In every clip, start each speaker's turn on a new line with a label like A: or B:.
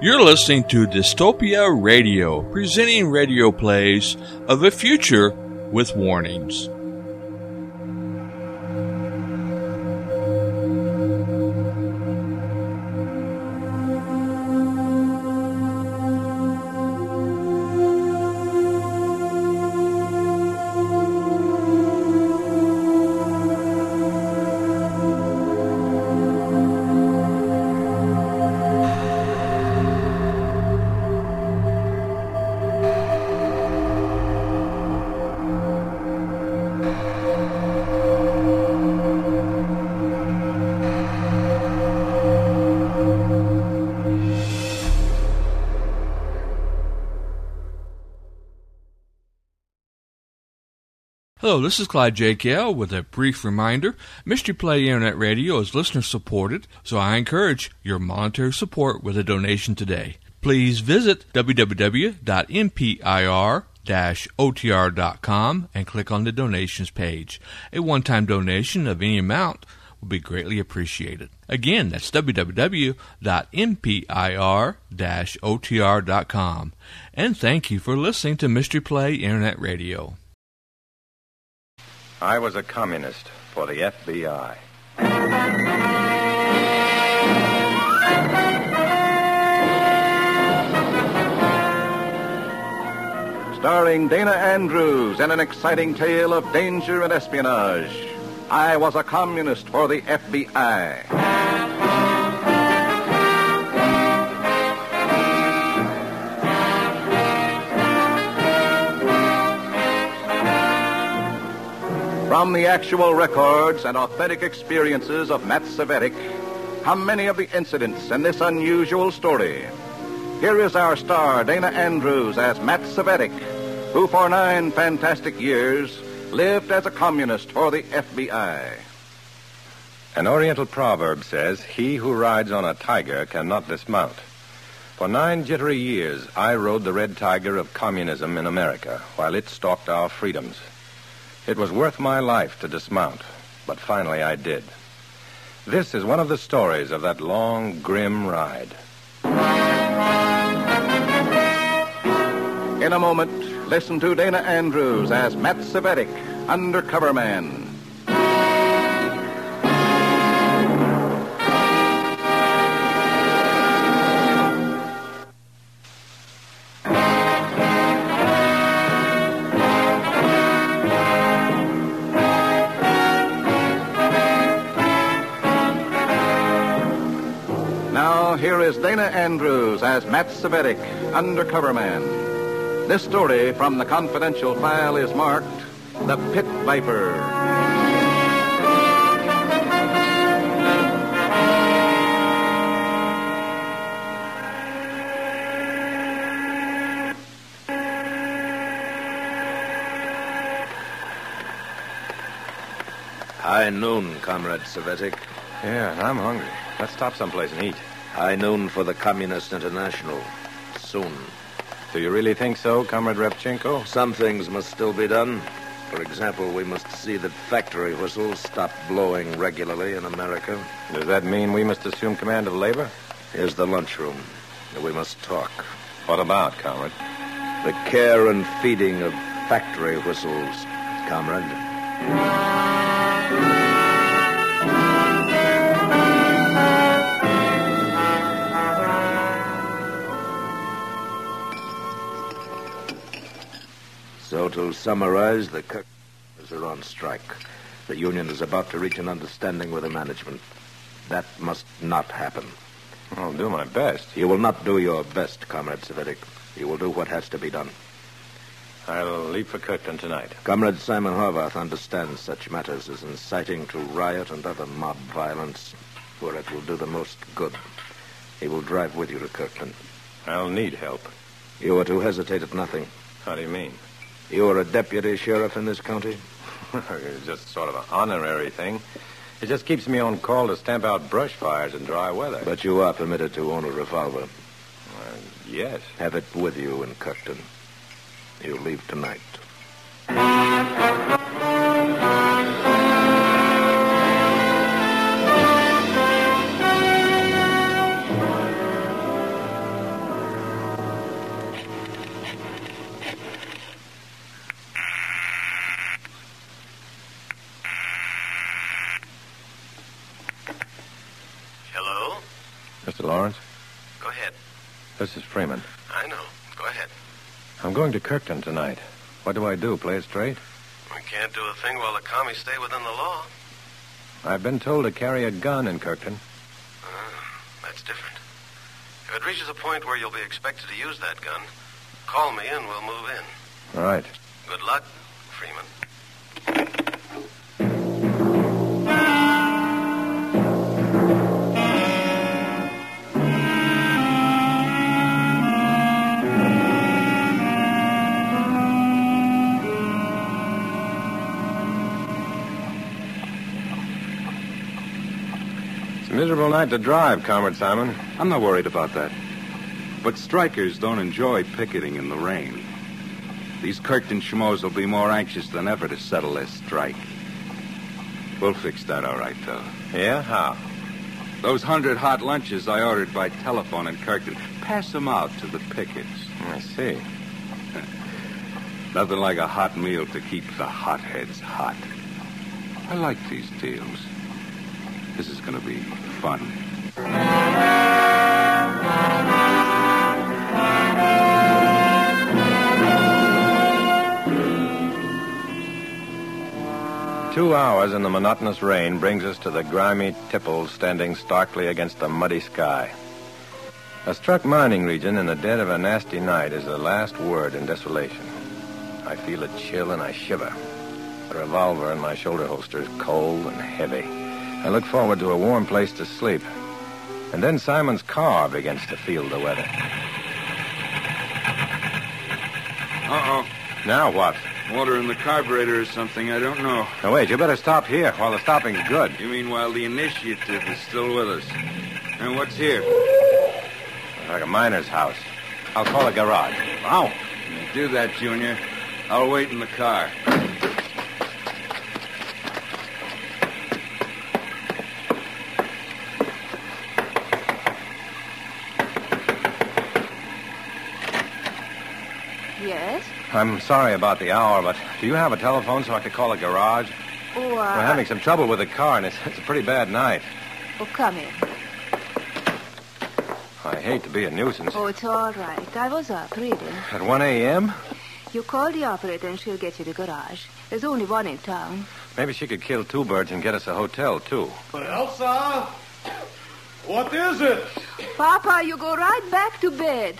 A: You're listening to Dystopia Radio, presenting radio plays of the future with warnings. Hello, this is Clyde J.K.L. with a brief reminder. Mystery Play Internet Radio is listener supported, so I encourage your monetary support with a donation today. Please visit www.mpir-otr.com and click on the donations page. A one-time donation of any amount will be greatly appreciated. Again, that's www.mpir-otr.com. And thank you for listening to Mystery Play Internet Radio.
B: I was a communist for the FBI. Starring Dana Andrews and an exciting tale of danger and espionage. I was a communist for the FBI. From the actual records and authentic experiences of Matt Sevetic, come many of the incidents in this unusual story. Here is our star, Dana Andrews, as Matt Sevetic, who for nine fantastic years lived as a communist for the FBI. An Oriental proverb says, He who rides on a tiger cannot dismount. For nine jittery years, I rode the red tiger of communism in America while it stalked our freedoms. It was worth my life to dismount, but finally I did. This is one of the stories of that long, grim ride. In a moment, listen to Dana Andrews as Matt Sevetic, undercover man. Now, here is Dana Andrews as Matt Sevetic, undercover man. This story from the confidential file is marked The Pit Viper.
C: High noon, comrade Savetic.
B: Yeah, and I'm hungry. Let's stop someplace and eat.
C: High noon for the Communist International. Soon.
B: Do you really think so, Comrade Repchenko?
C: Some things must still be done. For example, we must see that factory whistles stop blowing regularly in America.
B: Does that mean we must assume command of labor?
C: Here's the lunchroom. We must talk.
B: What about, Comrade?
C: The care and feeding of factory whistles, comrade. So, to summarize, the cookers are on strike. The union is about to reach an understanding with the management. That must not happen.
B: I'll do my best.
C: You will not do your best, Comrade Savetic. You will do what has to be done.
B: I'll leave for Kirkland tonight.
C: Comrade Simon Horvath understands such matters as inciting to riot and other mob violence, where it will do the most good. He will drive with you to Kirkland.
B: I'll need help.
C: You are to hesitate at nothing.
B: How do you mean?
C: You are a deputy sheriff in this county?
B: it's just sort of an honorary thing. It just keeps me on call to stamp out brush fires in dry weather.
C: But you are permitted to own a revolver.
B: yes.
C: Have it with you in Kirkton. You leave tonight.
B: Mr. Lawrence?
D: Go ahead.
B: This is Freeman.
D: I know. Go ahead.
B: I'm going to Kirkton tonight. What do I do? Play it straight?
D: We can't do a thing while the commies stay within the law.
B: I've been told to carry a gun in Kirkton.
D: That's different. If it reaches a point where you'll be expected to use that gun, call me and we'll move in.
B: All right.
D: Good luck, Freeman.
B: It's a miserable night to drive, Comrade Simon.
E: I'm not worried about that. But strikers don't enjoy picketing in the rain. These Kirkton schmoes will be more anxious than ever to settle their strike. We'll fix that all right, though.
B: Yeah? How?
E: Those hundred hot lunches I ordered by telephone in Kirkton, pass them out to the pickets.
B: I see.
E: Nothing like a hot meal to keep the hotheads hot. I like these deals. This is going to be fun.
B: Two hours in the monotonous rain brings us to the grimy tipples standing starkly against the muddy sky. A struck mining region in the dead of a nasty night is the last word in desolation. I feel a chill and I shiver. The revolver in my shoulder holster is cold and heavy. I look forward to a warm place to sleep. And then Simon's car begins to feel the weather.
E: Uh
B: Now what?
E: oh. Water in the carburetor or something. I don't know.
B: Now wait, you better stop here while the stopping's good.
E: You mean while the initiative is still with us? And what's here?
B: Like a miner's house. I'll call a garage. Ow!
E: Do that, Junior. I'll wait in the car.
F: Yes?
B: I'm sorry about the hour, but do you have a telephone so I could call a garage?
F: Oh,
B: We're having some trouble with the car, and it's, it's a pretty bad night.
F: oh, come in.
B: I hate to be a nuisance.
F: Oh, it's all right. I was up reading.
B: At 1 a.m.?
F: You call the operator and she'll get you the garage. There's only one in town.
B: Maybe she could kill two birds and get us a hotel, too.
G: Elsa, what is it?
F: Papa, you go right back to bed.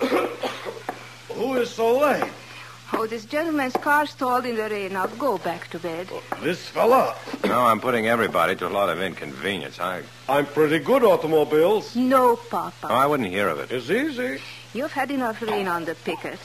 G: Who is so late?
F: Oh, this gentleman's car stalled in the rain. Now go back to bed.
G: This fella.
B: No, I'm putting everybody to a lot of inconvenience. I,
G: I'm pretty good automobiles.
F: No,
B: oh,
F: Papa.
B: I wouldn't hear of it.
G: It's easy.
F: You've had enough rain on the picket.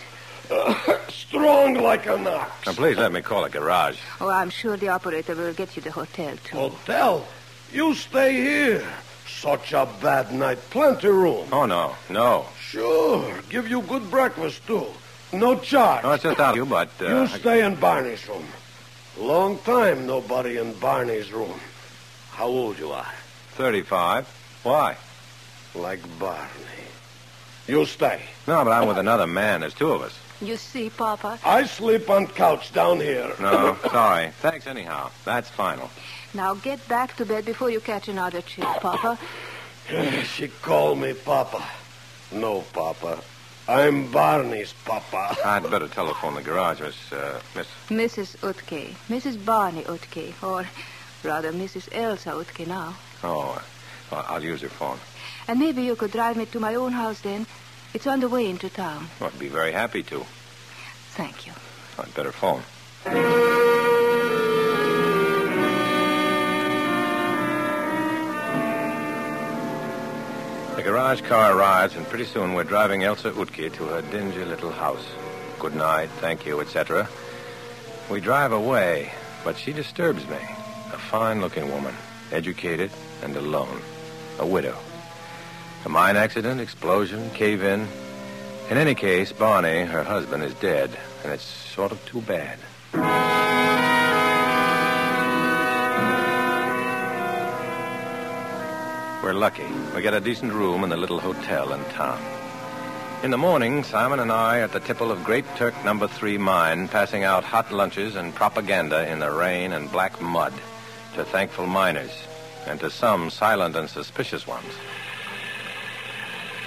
G: Strong like an ox.
B: Now, please let me call a garage.
F: Oh, I'm sure the operator will get you the hotel, too.
G: Hotel? You stay here. Such a bad night. Plenty room.
B: Oh, no, no.
G: Sure. Give you good breakfast, too. No charge.
B: No, it's just out of you, but...
G: you
B: Uh,
G: stay in Barney's room. Long time nobody in Barney's room. How old you are?
B: 35. Why?
G: Like Barney. You stay.
B: No, but I'm with another man. There's two of us.
F: You see, Papa?
G: I sleep on couch down here.
B: No, sorry. Thanks anyhow. That's final.
F: Now get back to bed before you catch another chill, Papa.
G: She called me Papa. No, Papa. I'm Barney's Papa.
B: I'd better telephone the garage, Miss, uh, Miss...
F: Mrs. Utke. Mrs. Barney Utke. Or rather, Mrs. Elsa Utke now.
B: Oh, well, I'll use your phone.
F: And maybe you could drive me to my own house then. It's on the way into town.
B: Well, I'd be very happy to.
F: Thank you.
B: I'd better phone. The garage car arrives, and pretty soon we're driving Elsa Utke to her dingy little house. Good night, thank you, etc. We drive away, but she disturbs me. A fine-looking woman, educated and alone, a widow. A mine accident, explosion, cave-in, in any case, Barney, her husband, is dead, and it's sort of too bad. We're lucky. We get a decent room in the little hotel in town. In the morning, Simon and I are at the tipple of Great Turk Number Three mine, passing out hot lunches and propaganda in the rain and black mud to thankful miners and to some silent and suspicious ones.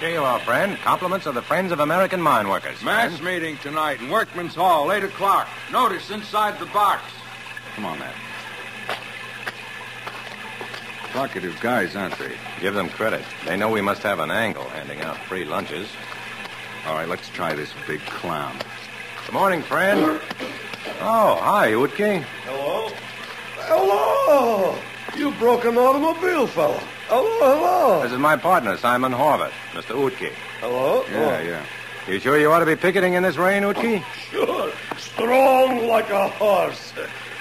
H: Kilo, friend. Compliments of the Friends of American Mine Workers.
B: Mass meeting tonight in Workman's Hall, 8 o'clock. Notice inside the box. Come on, Matt. Talkative guys, aren't they?
H: Give them credit. They know we must have an angle handing out free lunches.
B: All right, let's try this big clown.
H: Good morning, friend. Oh, hi, Utke.
G: Hello? Hello! You broke an automobile, fella. Hello, hello.
H: This is my partner, Simon Horvath, Mr. Utke.
G: Hello?
B: Yeah, yeah.
H: You sure you ought to be picketing in this rain,
G: Oh,
H: Utke?
G: sure. Strong like a horse.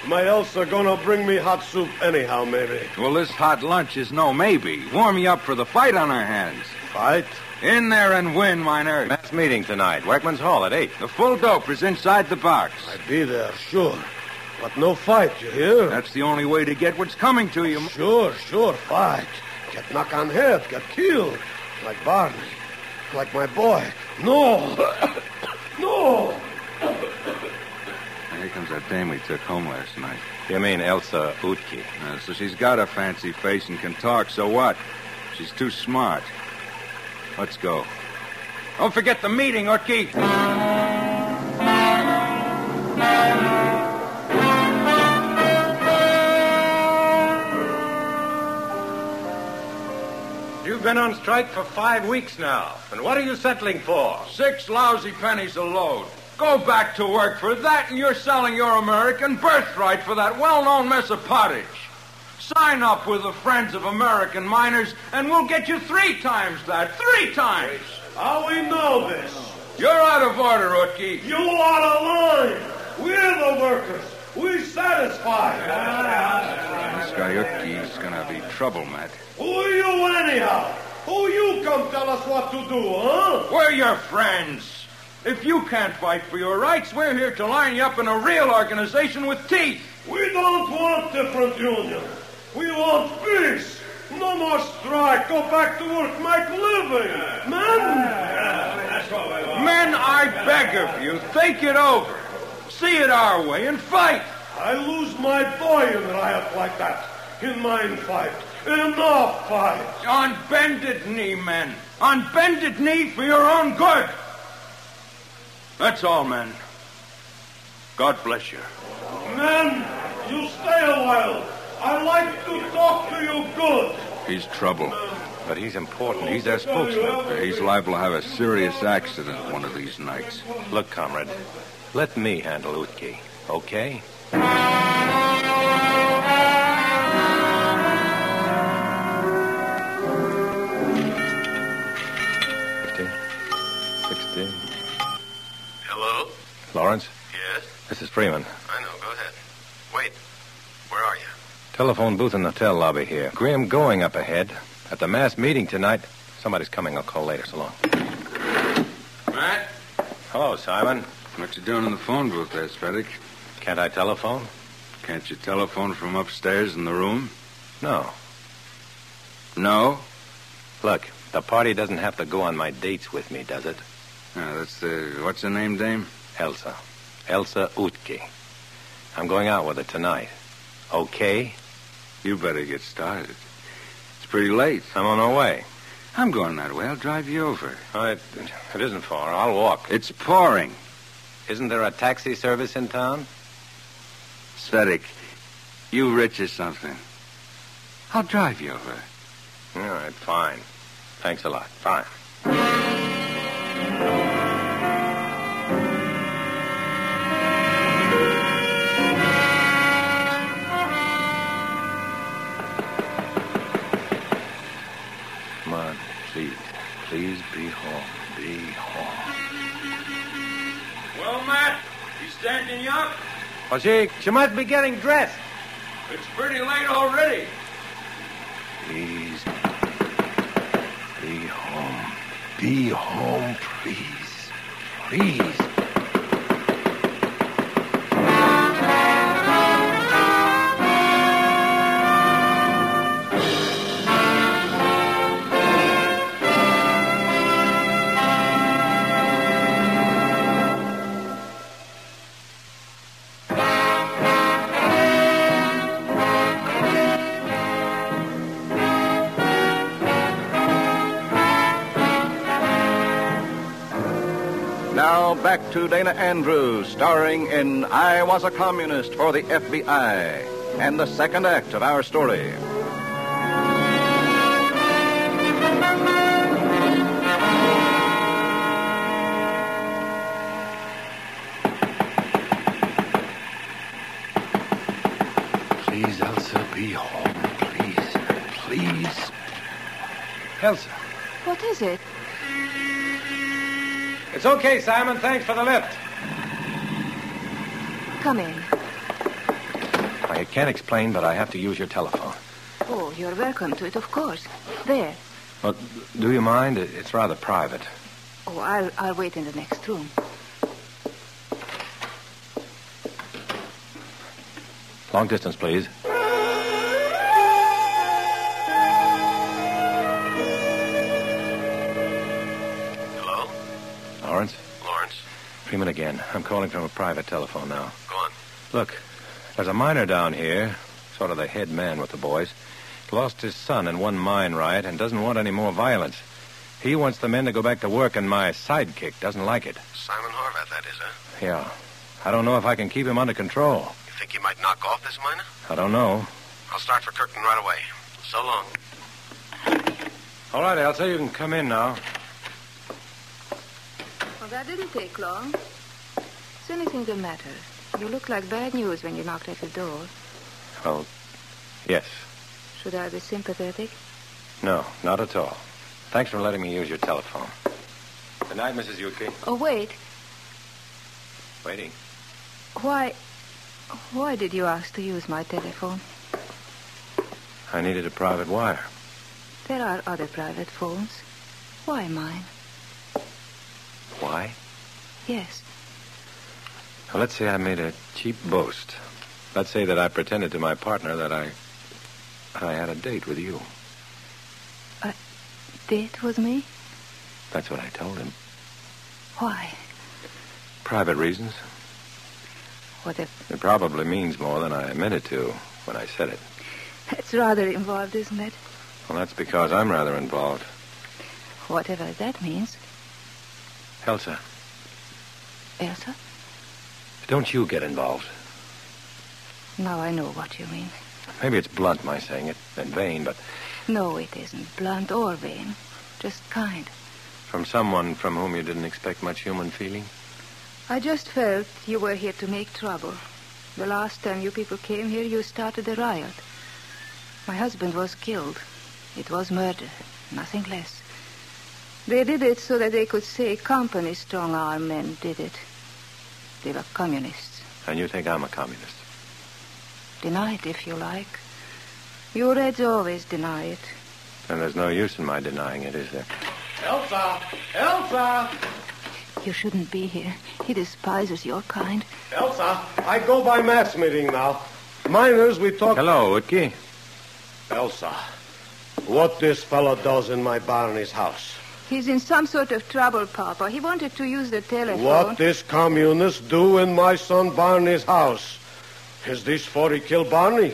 G: My Elsa gonna bring me hot soup anyhow, maybe.
B: Well, this hot lunch is no maybe. Warm you up for the fight on our hands.
G: Fight?
B: In there and win, Miner.
H: Mass meeting tonight, Workman's Hall at 8.
B: The full dope is inside the box.
G: I be there, sure. But no fight, you hear?
B: That's the only way to get what's coming to you.
G: Sure, sure, fight. Get knocked on head, get killed. Like Barney. Like my boy. No! no!
B: Here comes that dame we took home last night.
H: You mean Elsa Utke.
B: Uh, so she's got a fancy face and can talk, so what? She's too smart. Let's go. Don't forget the meeting, Orky.
H: You've been on strike for five weeks now. And what are you settling for?
B: Six lousy pennies a load. Go back to work for that, and you're selling your American birthright for that well-known mess of pottage. Sign up with the Friends of American Miners, and we'll get you three times that. Three times!
G: How we know this?
B: You're out of order, Utke.
G: You are alive. We're the workers. We satisfied.
B: This guy Utke's gonna be trouble, Matt.
G: Who you anyhow? Who you come tell us what to do, huh?
B: We're your friends. If you can't fight for your rights, we're here to line you up in a real organization with teeth.
G: We don't want different union. We want peace. No more strike. Go back to work. Make living. Men.
B: Men, I beg of you, think it over. See it our way and fight.
G: I lose my boy in riot like that. In mine fight. In our fight.
B: On bended knee, men. On bended knee for your own good. That's all, men. God bless you.
G: Men, you stay a while. I like to talk to you good.
B: He's trouble.
H: But he's important. He's our
G: Tell you
H: spokesman.
G: everything.
B: He's liable to have a serious accident one of these nights.
H: Look, comrade, let me handle Utke, okay? Fifteen. Sixteen.
I: Hello?
H: Lawrence,
I: Yes?
H: this is Freeman.
I: I know. Go ahead. Wait. Where are you?
H: Telephone booth in the hotel lobby here. Graham going up ahead. At the mass meeting tonight. Somebody's coming. I'll call later. So long.
B: Matt?
H: Hello, Simon.
B: What you doing in the phone booth there, Svedic?
H: Can't I telephone?
B: Can't you telephone from upstairs in the room?
H: No.
B: No?
H: Look, the party doesn't have to go on my dates with me, does it?
B: Uh, that's the... What's her name, Dame?
H: Elsa. Elsa Utke. I'm going out with her tonight. Okay?
B: You better get started. It's pretty late.
H: I'm on my way.
B: I'm going that way. I'll drive you over.
H: All right. It isn't far. I'll walk.
B: It's pouring.
H: Isn't there a taxi service in town?
B: Svedic, you rich or something. I'll drive you over.
H: All right, fine. Thanks a lot. Fine. Come on, please. Please be home. Be home.
B: Well, Matt, he's standing you up.
H: Well, she, she must be getting dressed.
B: It's pretty late already.
H: Please. Be home. Be home, please. Please.
B: Now back to Dana Andrews, starring in I Was a Communist for the FBI, and the second act of our story.
G: Please, Elsa, be home. Please. Please. Elsa.
F: What is it?
H: It's okay, Simon. Thanks for the lift.
F: Come in.
H: I can't explain, but I have to use your telephone.
F: Oh, you're welcome to it, of course. There.
H: Well, do you mind? It- It's rather private.
F: Oh, I'll, I'll wait in the next room.
H: Long distance, please.
D: Hello?
H: Lawrence,
D: Lawrence?
H: Freeman again. I'm calling from a private telephone now.
D: Go on.
H: Look, there's a miner down here, sort of the head man with the boys. Lost his son in one mine riot and doesn't want any more violence. He wants the men to go back to work, and my sidekick doesn't like it.
D: Simon Horvath, that is, huh?
H: Yeah. I don't know if I can keep him under control.
D: You think you might knock off this miner?
H: I don't know.
D: I'll start for Kirkton right away. So long.
H: All right, Elsa, you can come in now.
F: Well, that didn't take long. Is anything the matter? You look like bad news when you knocked at the door.
H: Oh, yes.
F: Should I be sympathetic?
H: No, not at all. Thanks for letting me use your telephone. Good night, Mrs. Yuki.
F: Oh, wait.
H: Waiting.
F: Why... Why did you ask to use my telephone?
H: I needed a private wire.
F: There are other private phones. Why mine?
H: Why?
F: Yes.
H: Well, let's say I made a cheap boast. Let's say that I pretended to my partner that I. I had a date with you.
F: Date with me?
H: That's what I told him.
F: Why?
H: Private reasons.
F: What a...
H: It probably means more than I meant it to when I said it.
F: That's rather involved, isn't it?
H: Well, that's because I'm rather involved.
F: Whatever that means.
H: Elsa,
F: Elsa?
H: don't you get involved.
F: Now I know what you mean.
H: Maybe it's blunt my saying it in vain, but
F: No, it isn't blunt or vain. Just kind.
H: from someone from whom you didn't expect much human feeling?
F: I just felt you were here to make trouble. The last time you people came here, you started a riot. My husband was killed. It was murder, nothing less. They did it so that they could say company strong arm men did it. They were communists.
H: And you think I'm a communist?
F: Deny it if you like. You Reds always deny it.
H: And there's no use in my denying it, is there?
G: Elsa! Elsa!
F: You shouldn't be here. He despises your kind.
G: Elsa! I go by mass meeting now. Miners, we
C: Oh.
G: talk.
H: Hello, Utki.
G: Elsa. What this fellow does in my Barney's house.
F: He's in some sort of trouble, Papa. He wanted to use the telephone.
G: What this communist do in my son Barney's house? Is this for he kill Barney?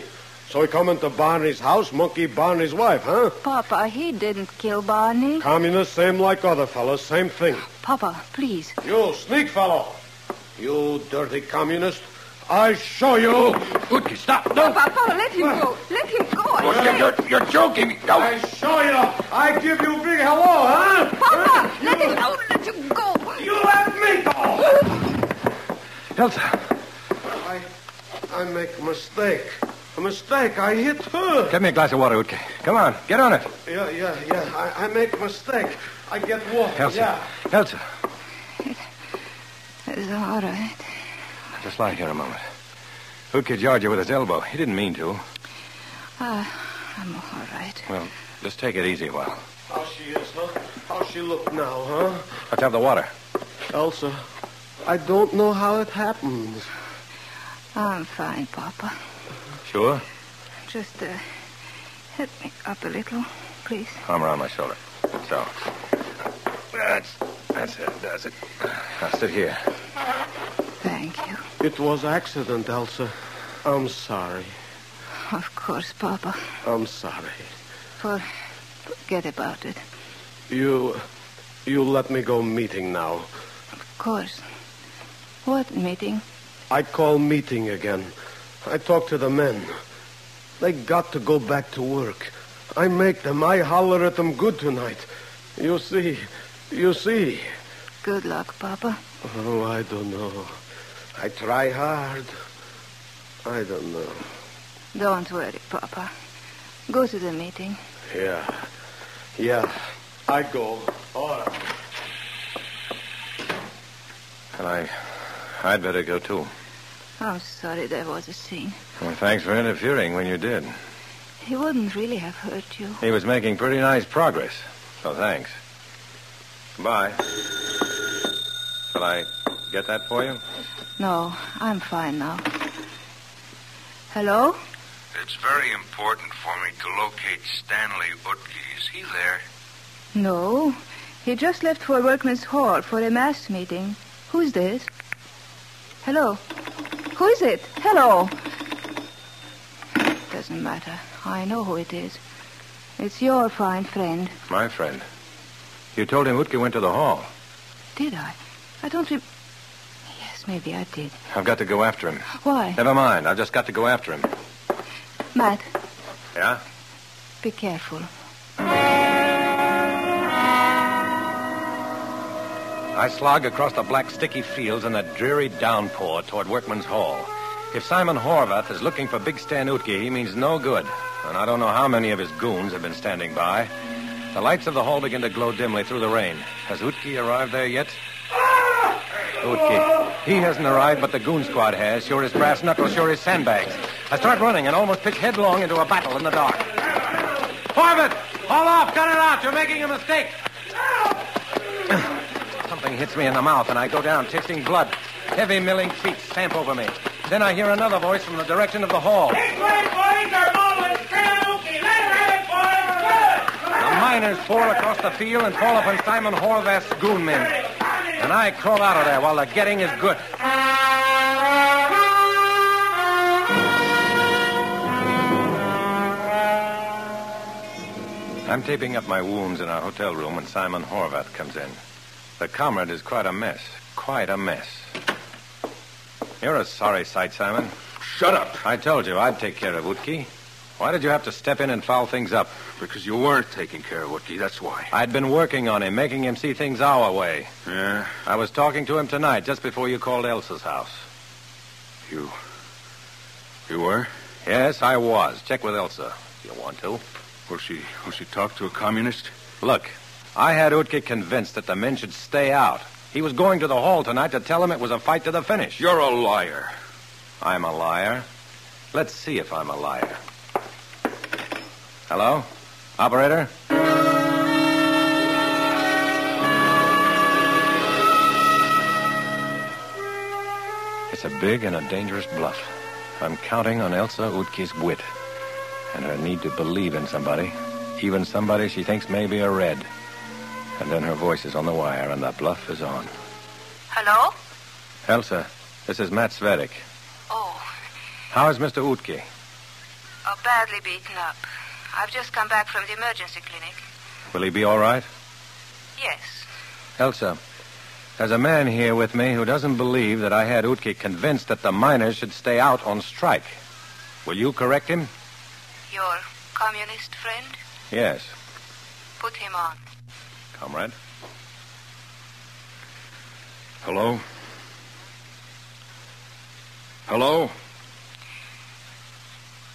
G: So he come into Barney's house, monkey Barney's wife, huh?
F: Papa, he didn't kill Barney.
G: Communist, same like other fellas, same thing.
F: Papa, please.
G: You sneak fellow! You dirty communist! I show you!
C: Utki, stop! No!
F: Papa, Papa, let him go. Let him go. I
C: You're,
F: say.
C: you're, you're joking me. No!
G: I show you! I give you big hello, huh?
F: Papa, let him go. Let him go.
G: You let me go!
H: Elsa,
G: I, I make mistake. A mistake. I hit her.
H: get me a glass of water, Utki. Come on, get on it.
G: Yeah, yeah, yeah. I, I make mistake. I get walked.
H: Elsa,
G: Yeah.
H: Elsa,
F: It's all right.
H: just lie here a moment. Utki jarred you with his elbow. He didn't mean to.
F: I'm all right.
H: Well, just take it easy a while.
G: How she is, huh? How she look now, huh?
H: Let's have the water.
G: Elsa, I don't know how it happens.
F: I'm fine, Papa.
H: Sure?
F: Just uh, help me up a little, please.
H: Arm around my shoulder. So. That's, that's it, does it. Now sit here.
F: Thank you.
G: It was accident, Elsa. I'm sorry.
F: Of course, Papa.
G: I'm sorry.
F: For forget about it.
G: You, you let me go meeting now.
F: Of course. What meeting?
G: I call meeting again. I talk to the men. They got to go back to work. I make them. I holler at them good tonight. You see. You see.
F: Good luck, Papa.
G: Oh, I don't know. I try hard. I don't know.
F: Don't worry, Papa. Go to the meeting.
G: Yeah. Yeah. I go. All right.
H: And I, I'd better go too.
F: I'm sorry there was a scene.
H: Well, thanks for interfering when you did.
F: He wouldn't really have hurt you.
H: He was making pretty nice progress, so thanks. Goodbye. Shall I get that for you?
F: No, I'm fine now. Hello?
J: It's very important for me to locate Stanley Utke. Is he there?
F: No. He just left for Workman's Hall for a mass meeting. Who's this? Hello? Who is it? Hello? Doesn't matter. I know who it is. It's your fine friend.
H: My friend. You told him Utke went to the hall.
F: Did I? I don't re... Yes, maybe I did.
H: I've got to go after him.
F: Why?
H: Never mind. I've just got to go after him.
F: Matt,
H: Yeah?
F: be careful.
H: I slog across the black, sticky fields in a dreary downpour toward Workman's Hall. If Simon Horvath is looking for Big Stan Utke, he means no good. And I don't know how many of his goons have been standing by. The lights of the hall begin to glow dimly through the rain. Has Utke arrived there yet? Utke. He hasn't arrived, but the goon squad has. Sure as brass knuckles, sure as sandbags. I start running and almost pitch headlong into a battle in the dark. Horvath! Haul off! Cut it out! You're making a mistake! Something hits me in the mouth, and I go down, tasting blood. Heavy milling feet stamp over me. Then I hear another voice from the direction of the hall. The miners pour across the field and fall upon Simon Horvath's goon men. And I crawl out of there while the getting is good. I'm taping up my wounds in our hotel room when Simon Horvath comes in. The comrade is quite a mess. Quite a mess. You're a sorry sight, Simon.
E: Shut up,
H: I told you I'd take care of Utki. Why did you have to step in and foul things up?
E: because you weren't taking care of Wookie, that's why.
H: I'd been working on him, making him see things our way.
E: Yeah?
H: I was talking to him tonight, just before you called Elsa's house.
E: You. You were?
H: Yes, I was. Check with Elsa, if you want to.
E: Will she. Will she talk to a communist?
H: Look, I had Utke convinced that the men should stay out. He was going to the hall tonight to tell him it was a fight to the finish.
E: You're a liar.
H: I'm a liar. Let's see if I'm a liar. Hello? Operator? It's a big and a dangerous bluff. I'm counting on Elsa Utke's wit and her need to believe in somebody, even somebody she thinks may be a red. And then her voice is on the wire and the bluff is on.
F: Hello?
H: Elsa, this is Matt Svedek.
F: Oh,
H: How is Mr. Utke?
F: uh, badly beaten up. I've just come back from the emergency clinic.
H: Will he be all right?
F: Yes.
H: Elsa, there's a man here with me who doesn't believe that I had Utke convinced that the miners should stay out on strike. Will you correct him?
F: Your communist friend?
H: Yes.
F: Put him on.
H: Comrade?
E: Hello? Hello?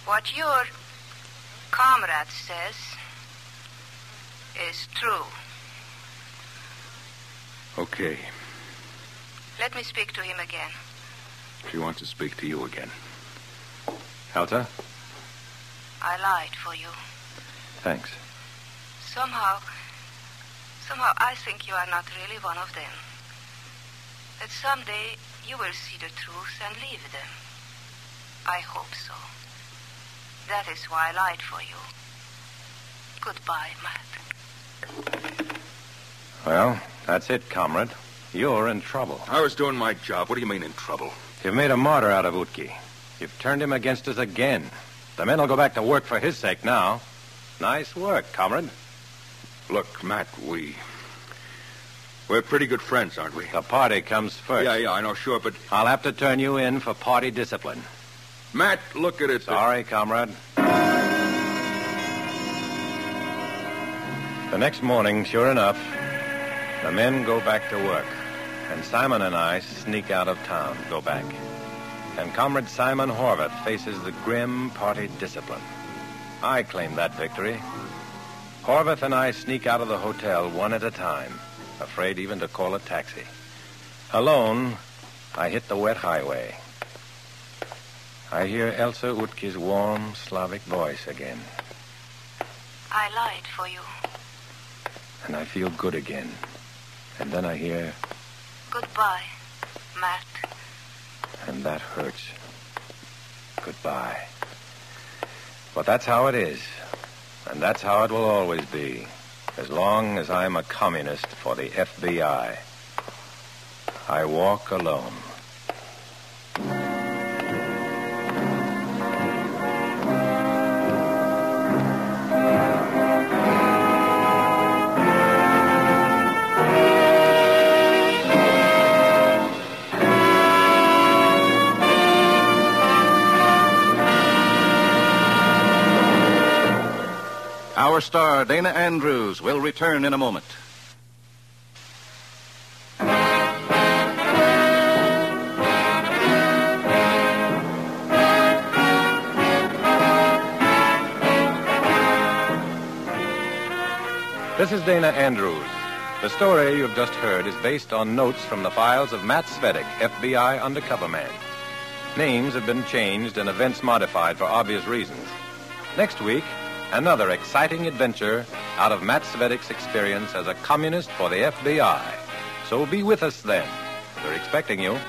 F: What your comrade says is true.
E: Okay.
F: Let me speak to him again.
E: She wants to speak to you again.
H: Elsa?
F: I lied for you.
H: Thanks.
F: Somehow, somehow I think you are not really one of them. That someday you will see the truth and leave them. I hope so. That is why I lied for you. Goodbye, Matt.
H: Well, that's it, comrade. You're in trouble.
E: I was doing my job. What do you mean in trouble?
H: You've made a martyr out of Utke. You've turned him against us again. The men will go back to work for his sake now. Nice work, comrade.
E: Look, Matt, we. We're pretty good friends, aren't we?
H: The party comes first.
E: Yeah, yeah, I know, sure, but
H: I'll have to turn you in for party discipline.
E: Matt, look at it.
H: Sorry, comrade. The next morning, sure enough, the men go back to work. And Simon and I sneak out of town, go back. And Comrade Simon Horvath faces the grim party discipline. I claim that victory. Horvath and I sneak out of the hotel one at a time, afraid even to call a taxi. Alone, I hit the wet highway. I hear Elsa Utke's warm Slavic voice again,
F: I lied for you.
H: and I feel good again. And then I hear,
F: Goodbye, Matt.
H: and that hurts. Goodbye. But that's how it is. And that's how it will always be, as long as I'm a communist for the FBI. I walk alone.
B: Our star, Dana Andrews, will return in a moment.
H: This is Dana Andrews. The story you've just heard is based on notes from the files of Matt Svedek, FBI undercover man. Names have been changed and events modified for obvious reasons. Next week, another exciting adventure out of Matt Svedek's experience as a communist for the FBI. So be with us then. We're expecting you.